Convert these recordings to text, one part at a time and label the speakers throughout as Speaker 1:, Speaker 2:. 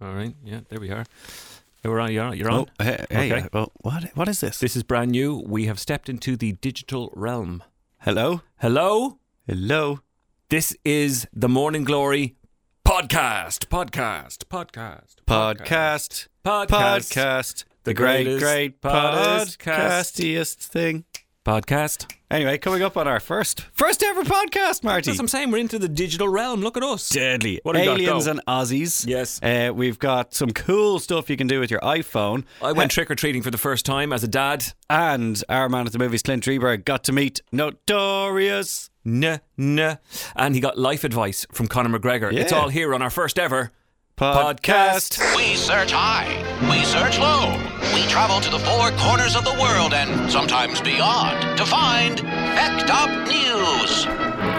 Speaker 1: All right. Yeah, there we are. You're on. You're on. You're
Speaker 2: Oh,
Speaker 1: on.
Speaker 2: hey, hey,
Speaker 1: Okay.
Speaker 2: well, what what is this?
Speaker 1: This is brand new. We have stepped into the digital realm.
Speaker 2: Hello,
Speaker 1: Hello.
Speaker 2: hello.
Speaker 1: This is the Morning Glory podcast. Podcast. Podcast.
Speaker 2: Podcast,
Speaker 1: Podcast.
Speaker 2: podcast, the, great,
Speaker 1: greatest
Speaker 2: great
Speaker 1: podcast.
Speaker 2: podcastiest thing.
Speaker 1: Podcast.
Speaker 2: Anyway, coming up on our first, first ever podcast, Marty.
Speaker 1: That's what I'm saying. We're into the digital realm. Look at us.
Speaker 2: deadly
Speaker 1: What have you got?
Speaker 2: aliens
Speaker 1: Go.
Speaker 2: and Aussies.
Speaker 1: Yes.
Speaker 2: uh, we've got some cool stuff you can do with your iPhone.
Speaker 1: I went trick or treating for the first time as a dad.
Speaker 2: And our man at the movies, Clint Dreberg, got to meet Notorious.
Speaker 1: Nah, nah. And he got life advice from Conor McGregor. It's
Speaker 2: Yeah.
Speaker 1: all here on our first ever
Speaker 2: Podcast.
Speaker 3: We search high, we search low, we travel to the four corners of the world and sometimes beyond to find Hecked Up News.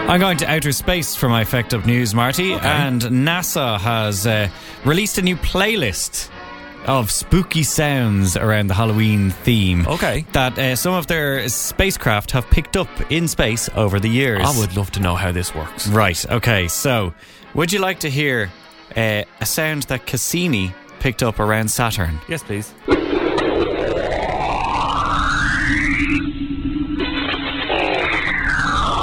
Speaker 4: I'm going to outer space for my effect up news, Marty. And NASA has uh, released a new playlist of spooky sounds around the Halloween theme.
Speaker 1: Okay.
Speaker 4: That uh, some of their spacecraft have picked up in space over the years.
Speaker 1: love to know how this works.
Speaker 4: Right. Okay. So, would you like to hear uh, a sound that Cassini picked up around Saturn?
Speaker 1: Yes, please.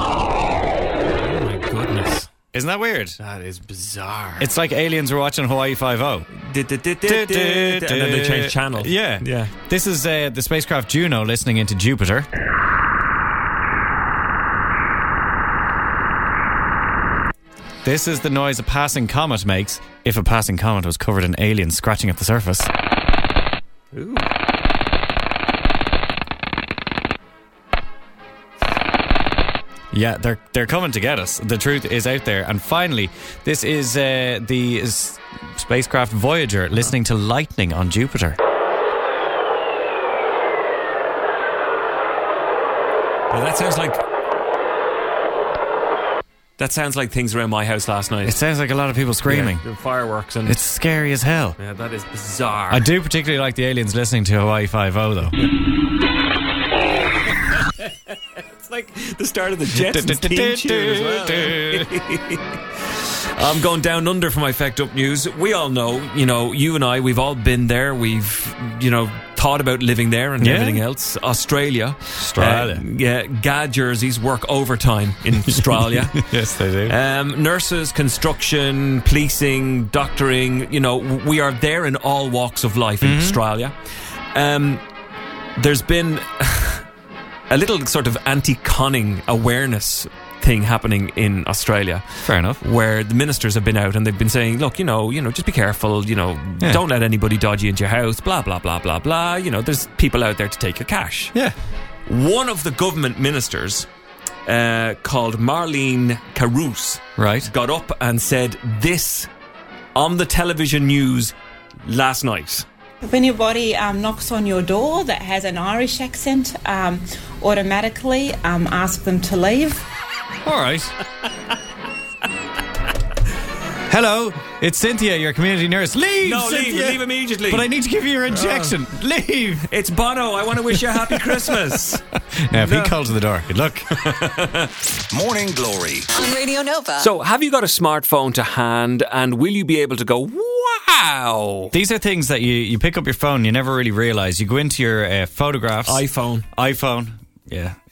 Speaker 4: Oh my goodness! Isn't that weird?
Speaker 1: That is bizarre.
Speaker 4: It's like aliens were watching Hawaii Five O.
Speaker 1: and then they change channel.
Speaker 4: Yeah.
Speaker 1: Yeah.
Speaker 4: This is uh, the spacecraft Juno listening into Jupiter. This is the noise a passing comet makes if a passing comet was covered in aliens scratching at the surface.
Speaker 1: Ooh.
Speaker 4: Yeah, they're they're coming to get us. The truth is out there. And finally, this is uh, the s- spacecraft Voyager listening to lightning on Jupiter.
Speaker 1: Well, that sounds like. That sounds like things around my house last night.
Speaker 4: It sounds like a lot of people screaming.
Speaker 1: Yeah, the fireworks and.
Speaker 4: It's scary as hell.
Speaker 1: yeah, that is bizarre.
Speaker 4: I do particularly like the aliens listening to Hawaii Five O though.
Speaker 1: It's like the start of the Jetsons theme tune as well. I'm going down under for my fact up news. We all know, you know, you and I, we've all been there. We've, you know, thought about living there and
Speaker 4: Yeah.
Speaker 1: everything else. Australia.
Speaker 4: Australia.
Speaker 1: Uh, yeah, GA jerseys work overtime in Australia.
Speaker 4: yes, they do.
Speaker 1: Um, nurses, construction, policing, doctoring, you know, we are there in all walks of life in Australia. Um, there's been a little sort of anti conning awareness thing happening in Australia
Speaker 4: Fair enough.
Speaker 1: where the ministers have been out and they've been saying, look, you know, you know, just be careful, you know,
Speaker 4: Yeah.
Speaker 1: don't let anybody dodgy into your house, blah, blah, blah, blah, blah. You know, there's people out there to take your cash
Speaker 4: Yeah.
Speaker 1: one of the government ministers uh, called Marlene Carouse
Speaker 4: Right.
Speaker 1: got up and said this on the television news last night.
Speaker 5: If anybody um, knocks on your door that has an Irish accent, um, automatically um, ask them to leave.
Speaker 4: All right. Hello, it's Cynthia, your community nurse. Leave,
Speaker 1: No, leave,
Speaker 4: Cynthia.
Speaker 1: leave immediately. Oh.
Speaker 4: But I need to give you your injection. Leave.
Speaker 1: it's Bono. I want to wish you a happy Christmas.
Speaker 4: Now, if he calls to the door, good luck.
Speaker 3: Morning Glory.
Speaker 6: on Radio Nova.
Speaker 1: so, have you got a smartphone to hand and will you be able to go, wow?
Speaker 4: These are things that you, you pick up your phone, you never really realize. You go into your uh, photographs,
Speaker 1: iPhone.
Speaker 4: iPhone. Yeah.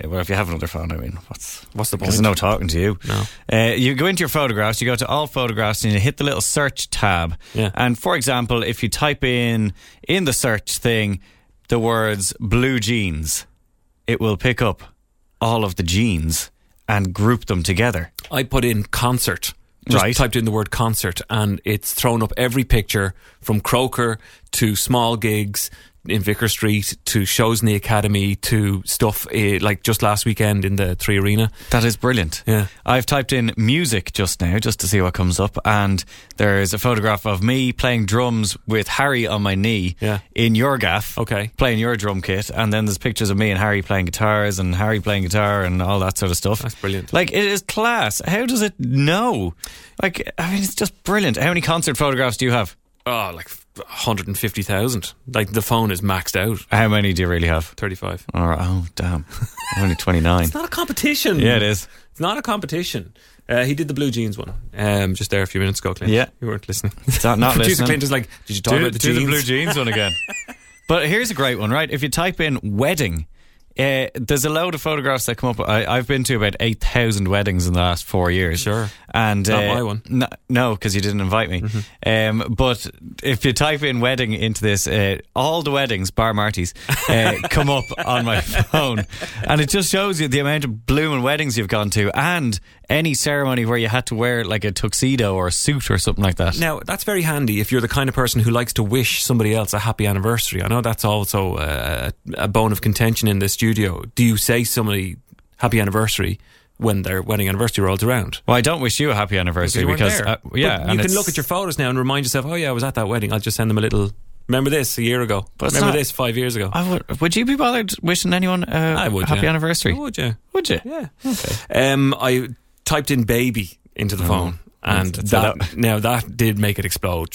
Speaker 4: Yeah, Well, if you have another phone, I mean, what's
Speaker 1: What's the
Speaker 4: Because
Speaker 1: point?
Speaker 4: there's no talking to you.
Speaker 1: No.
Speaker 4: Uh, you go into your photographs, you go to all photographs, and you hit the little search tab.
Speaker 1: Yeah.
Speaker 4: And for example, if you type in in the search thing the words blue jeans, it will pick up all of the jeans and group them together.
Speaker 1: I put in concert. Just
Speaker 4: Right.
Speaker 1: typed in the word concert and it's thrown up every picture from Croker to small gigs in Vicar Street to shows in the Academy to stuff eh, like just last weekend in the Three Arena.
Speaker 4: That is brilliant.
Speaker 1: Yeah.
Speaker 4: I've typed in music just now just to see what comes up, and there's a photograph of me playing drums with Harry on my knee
Speaker 1: Yeah.
Speaker 4: in your gaff.
Speaker 1: Okay.
Speaker 4: Playing your drum kit, and then there's pictures of me and Harry playing guitars and Harry playing guitar and all that sort of stuff.
Speaker 1: That's brilliant.
Speaker 4: Like it is class. How does it know? Like I mean it's just brilliant. How many concert photographs do you have?
Speaker 1: Oh, like 150,000. Like the phone is maxed out.
Speaker 4: How many do you really have?
Speaker 1: 35.
Speaker 4: Or oh damn. I'm only twenty nine.
Speaker 1: It's not a competition.
Speaker 4: Yeah, it is.
Speaker 1: It's not a competition. Uh, he did the blue jeans one um, just there a few minutes ago, Clint.
Speaker 4: Yeah.
Speaker 1: you weren't listening.
Speaker 4: that not
Speaker 1: Producer
Speaker 4: listening?
Speaker 1: Clint is like, did you talk
Speaker 4: do,
Speaker 1: about the
Speaker 4: do
Speaker 1: jeans?
Speaker 4: the blue jeans one again. but here's a great one, right? If you type in wedding, uh, there's a load of photographs that come up. I, I've been to about 8,000 weddings in the last four years.
Speaker 1: Sure.
Speaker 4: And,
Speaker 1: Not
Speaker 4: uh,
Speaker 1: my one. Mm-hmm.
Speaker 4: n- No, because you didn't invite me. Um, but if you type in wedding into this, uh, all the weddings, bar Marty's, uh, come up on my phone. And it just shows you the amount of blooming weddings you've gone to and any ceremony where you had to wear like a tuxedo or a suit or something like that.
Speaker 1: Now, that's very handy if you're the kind of person who likes to wish somebody else a happy anniversary. I know that's also uh, a bone of contention in the studio. Do you say somebody happy anniversary when their wedding anniversary rolls around?
Speaker 4: Well, I don't wish you a happy anniversary
Speaker 1: you weren't
Speaker 4: because,
Speaker 1: there.
Speaker 4: uh, yeah,
Speaker 1: But
Speaker 4: and
Speaker 1: you can
Speaker 4: it's-
Speaker 1: look at your photos now and remind yourself, oh yeah, I was at that wedding. I'll just send them a little. Remember this a year ago.
Speaker 4: But it's
Speaker 1: remember
Speaker 4: not-
Speaker 1: this five years ago.
Speaker 4: I would, would you be bothered wishing anyone uh,
Speaker 1: I would.
Speaker 4: happy
Speaker 1: yeah.
Speaker 4: anniversary?
Speaker 1: I would yeah.
Speaker 4: Would you?
Speaker 1: Yeah. Um, I typed in baby into
Speaker 4: Mm.
Speaker 1: the phone. And
Speaker 4: That's-
Speaker 1: that,
Speaker 4: that's-
Speaker 1: now that did make it explode.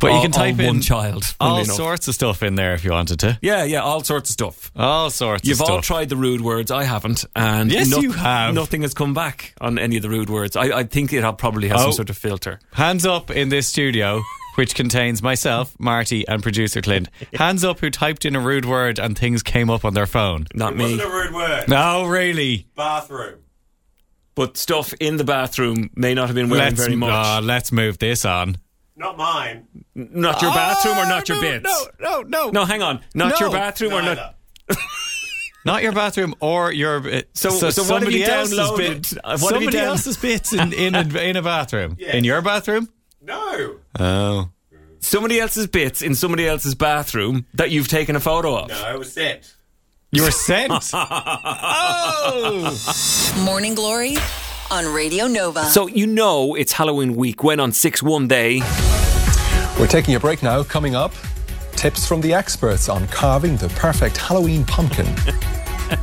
Speaker 4: But
Speaker 1: All-
Speaker 4: you can
Speaker 1: all
Speaker 4: type in
Speaker 1: one child.
Speaker 4: all
Speaker 1: funnily enough.
Speaker 4: sorts of stuff in there if you wanted to.
Speaker 1: Yeah, yeah, all sorts of stuff.
Speaker 4: All sorts.
Speaker 1: You've
Speaker 4: of stuff.
Speaker 1: all tried the rude words. I haven't, and
Speaker 4: Yes, you have.
Speaker 1: Nothing has come back on any of the rude words. I, I think it probably has
Speaker 4: Oh.
Speaker 1: some sort of filter.
Speaker 4: Hands up in this studio, which contains myself, Marty, and producer Clint. Hands up who typed in a rude word and things came up on their phone.
Speaker 1: Not me.
Speaker 6: Wasn't a rude word.
Speaker 4: No, really.
Speaker 6: Bathroom.
Speaker 1: but stuff in the bathroom may not have been wearing
Speaker 4: Let's
Speaker 1: very much.
Speaker 4: uh, let's move this on.
Speaker 6: Not mine.
Speaker 1: Not your bathroom or not your
Speaker 4: no,
Speaker 1: bits.
Speaker 4: No, no, no,
Speaker 1: Oh, No, hang on. Not
Speaker 4: No.
Speaker 1: your bathroom or not.
Speaker 6: Neither.
Speaker 4: Not your bathroom or your. uh,
Speaker 1: So- so what have you
Speaker 4: else's
Speaker 1: downloaded?
Speaker 4: bit-
Speaker 1: Uh, what have you
Speaker 4: somebody
Speaker 1: down-
Speaker 4: else's bits in, in, a, in a bathroom. In your bathroom?
Speaker 6: No.
Speaker 4: Oh.
Speaker 1: Somebody else's bits in somebody else's bathroom that you've taken a photo of.
Speaker 6: No, it was sent.
Speaker 4: You were sent?
Speaker 1: Oh!
Speaker 4: Oh!
Speaker 7: Morning Glory on Radio Nova.
Speaker 1: So you know it's Halloween week when on 6 1 day.
Speaker 8: We're taking a break now. Coming up, tips from the experts on carving the perfect Halloween pumpkin.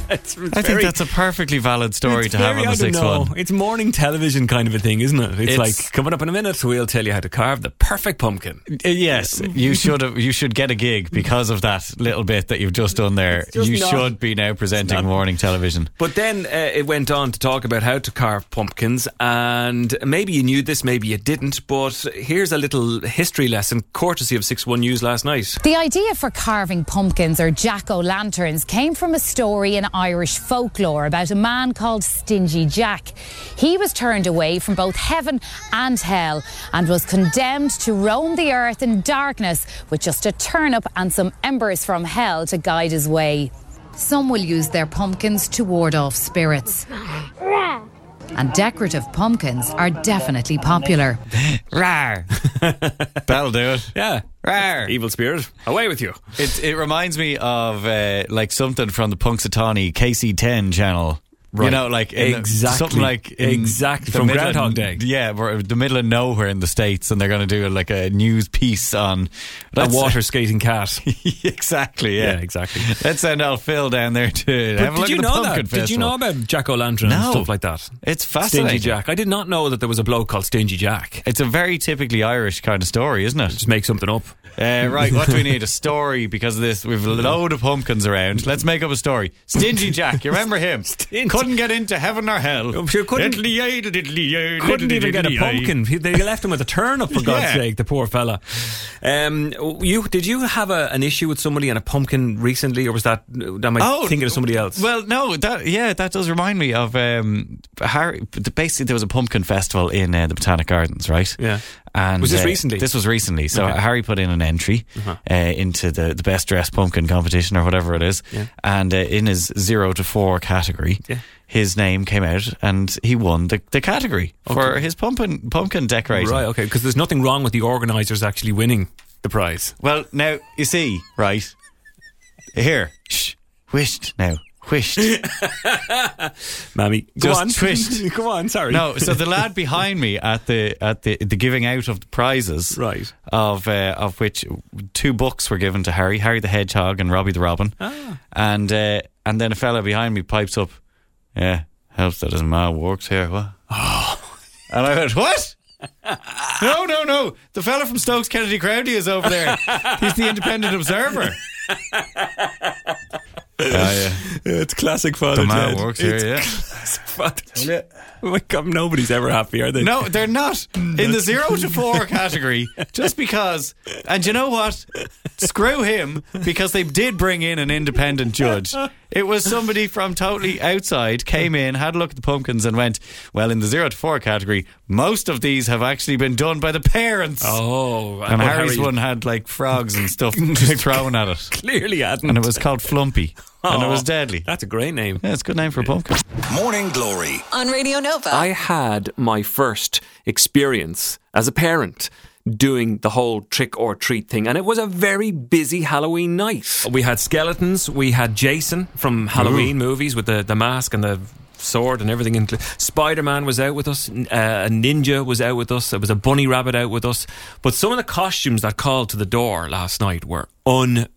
Speaker 1: It's,
Speaker 4: I think that's a perfectly valid story to have on the 6 1.
Speaker 1: It's morning television kind of a thing, isn't it? It's,
Speaker 4: It's-
Speaker 1: like coming up in a minute, we'll tell you how to carve the perfect pumpkin.
Speaker 4: Uh, Yes, you should have. You should get a gig because of that little bit that you've just done there.
Speaker 1: just
Speaker 4: you
Speaker 1: not-
Speaker 4: should be now presenting morning television.
Speaker 1: But then uh, it went on to talk about how to carve pumpkins, and maybe you knew this, maybe you didn't. But here's a little history lesson, courtesy of Six One News last night.
Speaker 9: The idea for carving pumpkins or jack o' lanterns came from a story in Irish folklore about a man called Stingy Jack. He was turned away from both heaven and hell and was condemned to roam the earth in darkness with just a turnip and some embers from hell to guide his way. Some will use their pumpkins to ward off spirits. And decorative pumpkins are definitely popular.
Speaker 4: Rar. That'll do it.
Speaker 1: Yeah,
Speaker 4: Rar.
Speaker 1: evil spirit, away with you!
Speaker 4: It, it reminds me of uh, like something from the Punxsutawney KC10 channel. You
Speaker 1: Right.
Speaker 4: know, like in the-
Speaker 1: Exactly.
Speaker 4: something like in
Speaker 1: Exactly.
Speaker 4: the
Speaker 1: From
Speaker 4: middle
Speaker 1: Groundhog
Speaker 4: of-
Speaker 1: Day.
Speaker 4: Yeah, we're in the middle of nowhere in the states, and they're going to do like a news piece on
Speaker 1: A
Speaker 4: Let's-
Speaker 1: water skating cat.
Speaker 4: exactly. Yeah.
Speaker 1: Yeah, exactly.
Speaker 4: Let's send out Phil down there to have a look
Speaker 1: did you
Speaker 4: at the
Speaker 1: know that?
Speaker 4: pumpkin
Speaker 1: Did you
Speaker 4: festival.
Speaker 1: know about jack o' lantern and
Speaker 4: No.
Speaker 1: stuff like that?
Speaker 4: It's
Speaker 1: Stingy
Speaker 4: fascinating.
Speaker 1: Jack. I did not know that there was a bloke called Stingy Jack.
Speaker 4: It's a very typically Irish kind of story, isn't it?
Speaker 1: Just make something up.
Speaker 4: Uh, right, what do we need? A story because of this. We've a load of pumpkins around. Let's make up a story. Stingy Jack, you remember him?
Speaker 1: Stingy-
Speaker 4: Couldn't get into heaven or hell.
Speaker 1: sure couldn't- couldn't
Speaker 4: Couldn't
Speaker 1: even get a pumpkin. He- They left him with a turnip for God's
Speaker 4: Yeah.
Speaker 1: sake, the poor fella. Um, you did you have a, an issue with somebody and a pumpkin recently, or was that am I
Speaker 4: Oh,
Speaker 1: thinking of somebody else?
Speaker 4: Well, no, that yeah, that does remind me of um, Harry. Basically, there was a pumpkin festival in uh, the Botanic Gardens, right?
Speaker 1: Yeah.
Speaker 4: And uh,
Speaker 1: Was this recently? Uh-huh.
Speaker 4: This was recently. So Harry put in an entry uh into the the best dressed pumpkin competition or whatever it is, and uh, in his zero to four category.
Speaker 1: Yeah.
Speaker 4: His name came out, and he won the, the category for his pumpkin pumpkin decorating.
Speaker 1: right, okay, because there's nothing wrong with the organisers actually winning the prize.
Speaker 4: Well, now you see, right here, shh, whisht now, whisht.
Speaker 1: Mammy, go
Speaker 4: Just
Speaker 1: on,
Speaker 4: twist.
Speaker 1: go on. Sorry,
Speaker 4: No, so the lad behind me at the at the, the giving out of the prizes,
Speaker 1: Right.
Speaker 4: Of uh, of which two books were given to Harry, Harry the Hedgehog and Robbie the Robin, and uh, and then a fella behind me pipes up, yeah, helps that his ma works here, what? Oh. and I went, what? no, no, no! The fella from Stokes Kennedy Crowdy is over there. He's the Independent Observer.
Speaker 1: It's classic Father
Speaker 4: The man
Speaker 1: Ted.
Speaker 4: works here,
Speaker 1: It's
Speaker 4: yeah.
Speaker 1: classic Father Ted. Oh my God, nobody's ever happy, are they?
Speaker 4: No, they're not in the zero to four category. Just because, and you know what? Screw him because they did bring in an independent judge. It was somebody from totally outside came in, had a look at the pumpkins, and went, "Well, in the zero to four category, most of these have actually been done by the parents."
Speaker 1: Oh,
Speaker 4: and
Speaker 1: well,
Speaker 4: Harry's
Speaker 1: Harry
Speaker 4: one had like frogs and stuff thrown at it,
Speaker 1: clearly hadn't.
Speaker 4: and it was called Flumpy, and it
Speaker 1: Aw,
Speaker 4: was deadly.
Speaker 1: That's a great name.
Speaker 4: Yeah, it's a good name for a pumpkin.
Speaker 3: Morning Glory.
Speaker 7: on Radio Nova.
Speaker 1: I had my first experience as a parent doing the whole trick or treat thing, and it was a very busy Halloween night. We had skeletons, we had Jason from Halloween movies with the, the mask and the sword and everything. inclu- Spider Man was out with us, n- uh, a ninja was out with us, there was a bunny rabbit out with us. But some of the costumes that called to the door last night were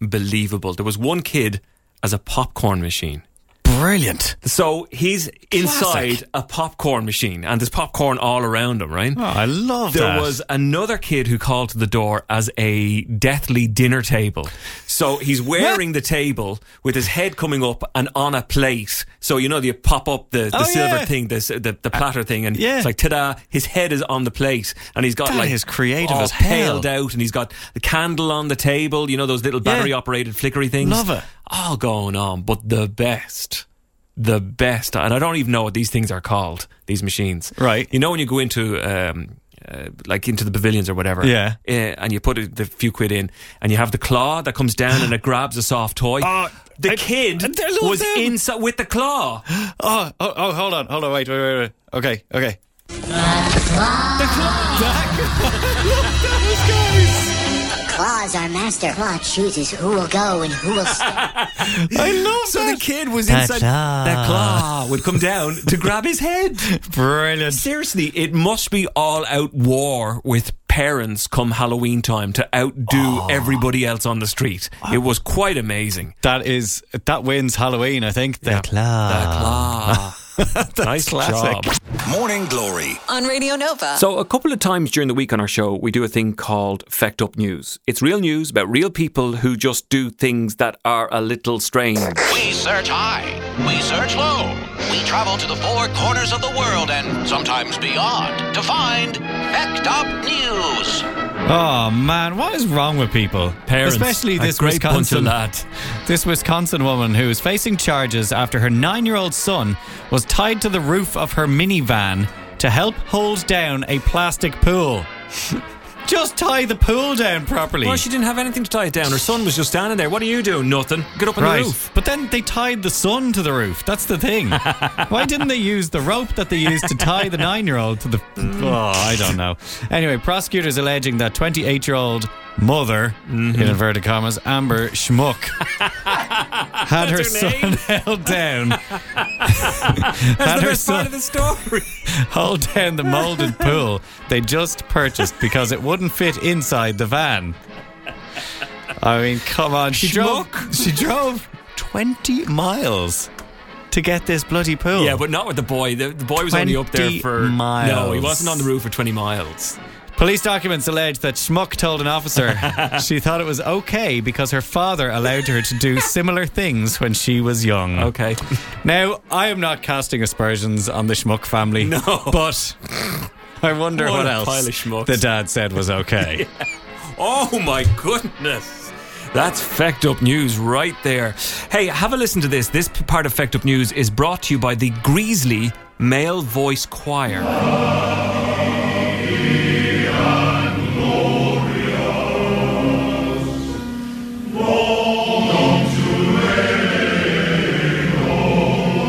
Speaker 1: unbelievable. There was one kid as a popcorn machine.
Speaker 4: Brilliant.
Speaker 1: So he's inside a popcorn machine, and there's popcorn all around him, right?
Speaker 4: Oh, I love
Speaker 1: there
Speaker 4: that.
Speaker 1: was another kid who called to the door as a deathly dinner table. So he's wearing the table with his head coming up and on a plate. So you know, you pop up the, the
Speaker 4: Oh,
Speaker 1: silver
Speaker 4: yeah.
Speaker 1: thing, the, s- the the platter thing, and
Speaker 4: yeah.
Speaker 1: it's like ta-da! His head is on the plate, and he's got
Speaker 4: That
Speaker 1: like
Speaker 4: is creative
Speaker 1: all
Speaker 4: as hell.
Speaker 1: paled out, and he's got the candle on the table. You know those little
Speaker 4: Yeah.
Speaker 1: battery-operated flickery things.
Speaker 4: Love it.
Speaker 1: All going on, but the best the best, and I don't even know what these things are called. These machines,
Speaker 4: Right.
Speaker 1: You know when you go into um, uh, like into the pavilions or whatever,
Speaker 4: Yeah.
Speaker 1: uh, and you put a, the few quid in, and you have the claw that comes down and it grabs a soft toy.
Speaker 4: Oh,
Speaker 1: the
Speaker 4: I-
Speaker 1: kid
Speaker 4: I love
Speaker 1: was
Speaker 4: them.
Speaker 1: inside with the claw.
Speaker 4: Oh, oh, oh, hold on, hold on, wait, wait, wait, wait. Okay, okay.
Speaker 10: Claw is our master. Claw chooses who will go and who will stay.
Speaker 1: I love so the kid was
Speaker 4: That
Speaker 1: inside.
Speaker 4: claw.
Speaker 1: That claw would come down to grab his head.
Speaker 4: Brilliant.
Speaker 1: Seriously, it must be all out war with parents come Halloween time to outdo everybody else on the street. It was quite amazing.
Speaker 4: That is that wins Halloween, I think. The claw.
Speaker 1: Ah. nice
Speaker 4: classic.
Speaker 1: job.
Speaker 3: Morning Glory.
Speaker 7: on Radio Nova.
Speaker 1: So, a couple of times during the week on our show, we do a thing called Fecked Up News. It's real news about real people who just do things that are a little strange.
Speaker 3: We search high. We search low. We travel to the four corners of the world and sometimes beyond to find Hecked Up News.
Speaker 4: Oh man, what is wrong with people?
Speaker 1: Parents,
Speaker 4: especially
Speaker 1: a
Speaker 4: this
Speaker 1: great bunch of
Speaker 4: Wisconsin
Speaker 1: lads.
Speaker 4: This Wisconsin woman who is facing charges after her nine-year-old son was tied to the roof of her minivan to help hold down a plastic pool. Just tie the pool down properly.
Speaker 1: Well, she didn't have anything to tie it down. Her son was just standing there. What are you doing? Nothing. Get up on
Speaker 4: Right.
Speaker 1: the roof.
Speaker 4: But then they tied the son to the roof. That's the thing. Why didn't they use the rope that they used to tie the nine year old to the. Oh, I don't know. Anyway, prosecutors alleging that 28 year old mother, in inverted commas, Amber Schmuck, had her,
Speaker 1: her
Speaker 4: son
Speaker 1: name.
Speaker 4: held down. had
Speaker 1: That's the
Speaker 4: her
Speaker 1: best part
Speaker 4: son
Speaker 1: of the story.
Speaker 4: hold down the molded pool they just purchased because it wouldn't fit inside the van. I mean, come on. She drove, she drove 20 miles to get this bloody pool.
Speaker 1: yeah, but not with the boy. The, the boy was only up there
Speaker 4: 20
Speaker 1: for No, he
Speaker 4: miles.
Speaker 1: wasn't on the roof for twenty miles.
Speaker 4: Police documents allege that Schmuck told an officer she thought it was okay because her father allowed her to do similar things when she was young.
Speaker 1: Okay.
Speaker 4: Now, I am not casting aspersions on the Schmuck family.
Speaker 1: No.
Speaker 4: But I wonder
Speaker 1: What
Speaker 4: what,
Speaker 1: a
Speaker 4: else
Speaker 1: pile of schmucks.
Speaker 4: the dad said was okay.
Speaker 1: Oh my goodness. That's Fecked Up News right there. Hey, have a listen to this. This p- part of Fecked Up News is brought to you by the Greasley Male Voice Choir.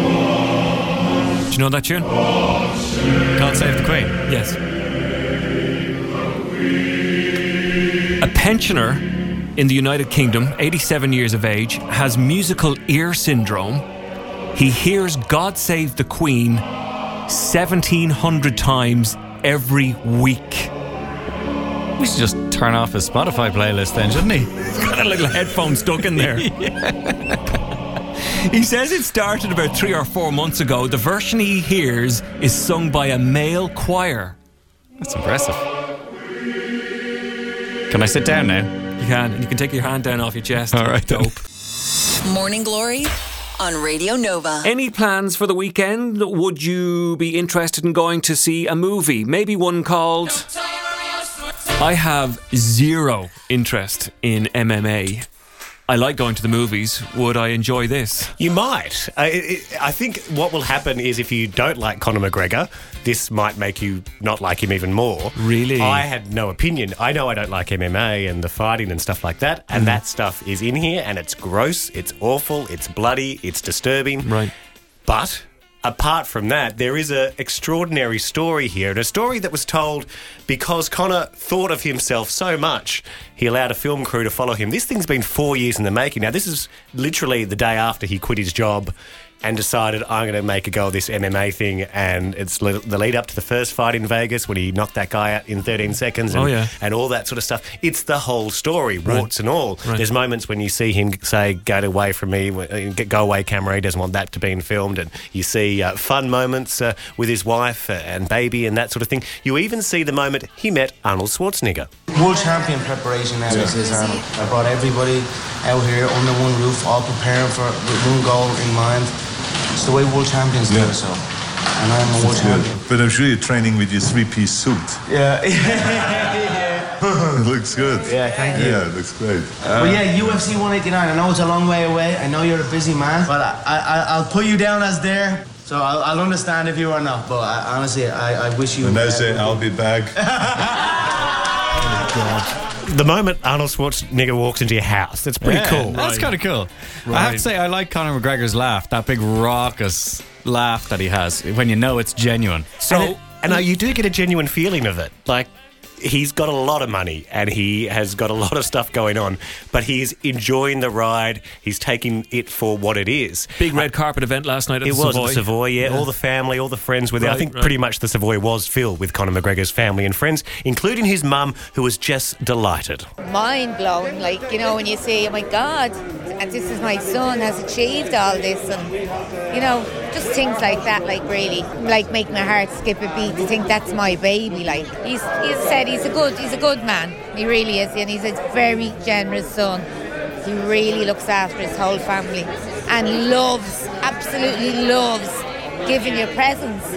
Speaker 1: Do you know that tune?
Speaker 4: God save the Queen.
Speaker 1: Yes. A pensioner in the United Kingdom, 87 years of age, has musical ear syndrome. He hears God Save the Queen 1,700 times every week.
Speaker 4: We should just turn off his Spotify playlist then, shouldn't he?
Speaker 1: Got a little headphone stuck in there. He says it started about three or four months ago. The version he hears is sung by a male choir.
Speaker 4: That's impressive. Can I sit down now?
Speaker 1: You can, you can take your hand down off your chest.
Speaker 4: All right, then.
Speaker 1: Dope.
Speaker 7: Morning Glory on Radio Nova.
Speaker 1: Any plans for the weekend? Would you be interested in going to see a movie? Maybe one called. I have zero interest in MMA. I like going to the movies. Would I enjoy this?
Speaker 6: You might. I, I I think what will happen is if you don't like Conor McGregor, this might make you not like him even more.
Speaker 1: Really?
Speaker 6: I had no opinion. I know I don't like MMA and the fighting and stuff like that,
Speaker 1: Mm.
Speaker 6: and that stuff is in here, and it's gross, it's awful, it's bloody, it's disturbing.
Speaker 1: Right.
Speaker 6: But apart from that, there is an extraordinary story here, and a story that was told because Connor thought of himself so much, he allowed a film crew to follow him. This thing's been four years in the making. Now, this is literally the day after he quit his job and decided, I'm going to make a go of this MMA thing. And it's li- the lead up to the first fight in Vegas when he knocked that guy out in 13 seconds and,
Speaker 1: Oh, yeah.
Speaker 6: and all that sort of stuff. It's the whole story, warts and all.
Speaker 1: Right.
Speaker 6: There's moments when you see him say, "Get away from me," uh, get- "Go away, camera." He doesn't want that to be filmed, and you see uh, fun moments uh, with his wife uh, and baby and that sort of thing. You even see the moment he met Arnold Schwarzenegger.
Speaker 11: World champion preparation as this is Arnold. I brought everybody out here under one roof, all preparing for with one goal in mind. It's the way world champions do it, so. And I'm a world champion.
Speaker 12: But I'm sure you're training with your three-piece suit.
Speaker 11: Yeah. yeah.
Speaker 12: it looks good.
Speaker 11: Yeah, thank you.
Speaker 12: Yeah, it looks great.
Speaker 11: well, yeah, UFC 189. I know it's a long way away. I know you're a busy man, but I, I, I- I'll put you down as there. So I'll, I'll understand if you are not. But I, honestly, I, I wish you.
Speaker 12: And that's it. I'll be back.
Speaker 6: The moment Arnold Schwarzenegger walks into your house, that's pretty
Speaker 4: Yeah,
Speaker 6: cool.
Speaker 4: That's kind of cool. I have to
Speaker 6: Right.
Speaker 4: say, I like Conor McGregor's laugh, that big raucous laugh that he has when you know it's genuine.
Speaker 6: So, and, uh, you do get a genuine feeling of it. Like, he's got a lot of money and he has got a lot of stuff going on, but he's enjoying the ride. He's taking it for what it is.
Speaker 1: Big red carpet event last night at
Speaker 6: It
Speaker 1: the
Speaker 6: was
Speaker 1: Savoy.
Speaker 6: the Savoy, yeah. All the family, all the friends were there. I
Speaker 1: Right,
Speaker 6: think
Speaker 1: right.
Speaker 6: pretty much the Savoy was filled with Conor McGregor's family and friends, including his mum, who was just delighted.
Speaker 13: mind blown. Like, you know, when you say, oh my God, and this is my son has achieved all this, and, you know, just things like that, like, really, like, make my heart skip a beat to think that's my baby. Like, he's, he's said he's a good, he's a good man. He really is, and he's a very generous son. He really looks after his whole family and loves, absolutely loves giving you presents.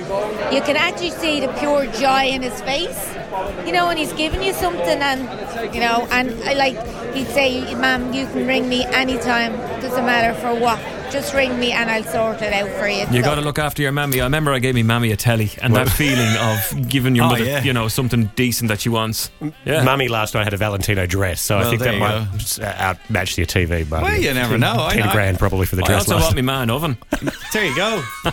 Speaker 13: You can actually see the pure joy in his face, you know, and he's giving you something, and you know, and I like he'd say, "Ma'am, you can ring me anytime. Doesn't matter for what. Just ring me, and I'll sort it out for you."
Speaker 1: You
Speaker 13: So-
Speaker 1: got to look after your mammy. I remember I gave me mammy a telly, and that feeling of giving your
Speaker 6: Oh,
Speaker 1: mother,
Speaker 6: yeah.
Speaker 1: you know, something decent that she wants.
Speaker 6: Mummy last night had a Valentino dress, so
Speaker 1: Well,
Speaker 6: I think
Speaker 1: there
Speaker 6: that
Speaker 1: you
Speaker 6: might uh, outmatch your TV, buddy.
Speaker 1: Well, you never know. I
Speaker 6: Ten
Speaker 1: know.
Speaker 6: grand probably for the
Speaker 1: I
Speaker 6: dress.
Speaker 1: also
Speaker 6: last
Speaker 1: want me man oven.
Speaker 4: there you go.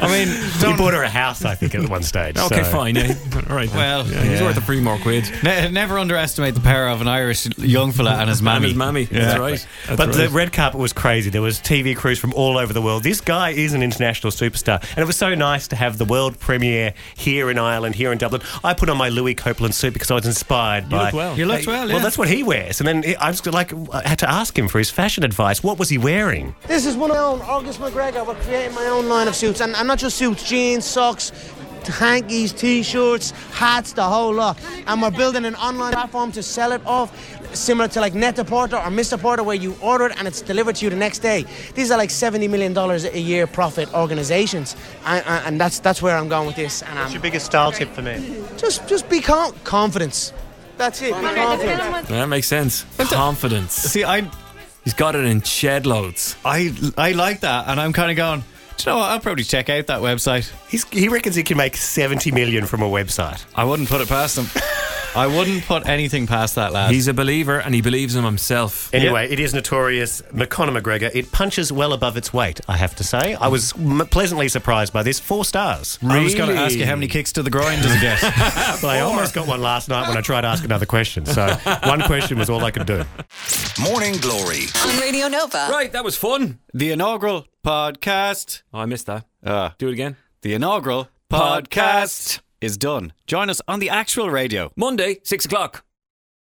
Speaker 4: I mean,
Speaker 6: he bought her a house, I think, at one stage.
Speaker 1: Okay,
Speaker 6: so-
Speaker 1: fine. Yeah. All right. then.
Speaker 4: Well,
Speaker 1: yeah, he's
Speaker 4: yeah.
Speaker 1: worth a three more quid.
Speaker 4: Ne- never underestimate the power of an Irish young fella and his mammy.
Speaker 1: his mammy. That's right. That's
Speaker 6: but the
Speaker 1: right.
Speaker 6: red carpet was crazy. There was TV crews from all over the world. This guy is an international superstar, and it was so nice to have the world premiere here in Ireland, here in Dublin. I put on my Louis Copeland suit because I was inspired by.
Speaker 4: look well. You looked well, yeah.
Speaker 6: Well, that's what he wears, and then I was like, I had to ask him for his fashion advice. What was he wearing?
Speaker 11: This is one of my own, August McGregor. We're creating my own line of suits, and, and not just suits, jeans, socks, hankies, t-shirts, hats, the whole lot. And we're building an online platform to sell it off, similar to like Net Porter or Mr. Porter, where you order it and it's delivered to you the next day. These are like $70 million a year profit organizations, and, and and that's that's where I'm going with this. And What's your biggest style tip for me? Just, just be con- confidence. That's it, be confident.
Speaker 1: That makes sense. Confidence. See,
Speaker 4: I.
Speaker 1: He's got it in shed loads.
Speaker 4: I I like that, and I'm kind of going. Do you know what? I'll probably check out that website.
Speaker 6: He's, he reckons he can make seventy million from a website.
Speaker 4: I wouldn't put it past him. I wouldn't put anything past that lad.
Speaker 1: He's a believer and he believes in himself.
Speaker 6: Anyway, it is notorious. M- Conor McGregor, it punches well above its weight, I have to say. I was m- pleasantly surprised by this. Four stars.
Speaker 4: I was going to ask you how many kicks to the groin does he get?
Speaker 6: But I almost got one last night when I tried to ask another question. So one question was all I could do.
Speaker 3: Morning Glory.
Speaker 7: on Radio Nova.
Speaker 1: Right, that was fun.
Speaker 4: the inaugural podcast.
Speaker 1: Oh, I missed that.
Speaker 4: Uh,
Speaker 1: Do it again.
Speaker 4: the inaugural podcast is done. Join us on the actual radio.
Speaker 1: Monday, six o'clock.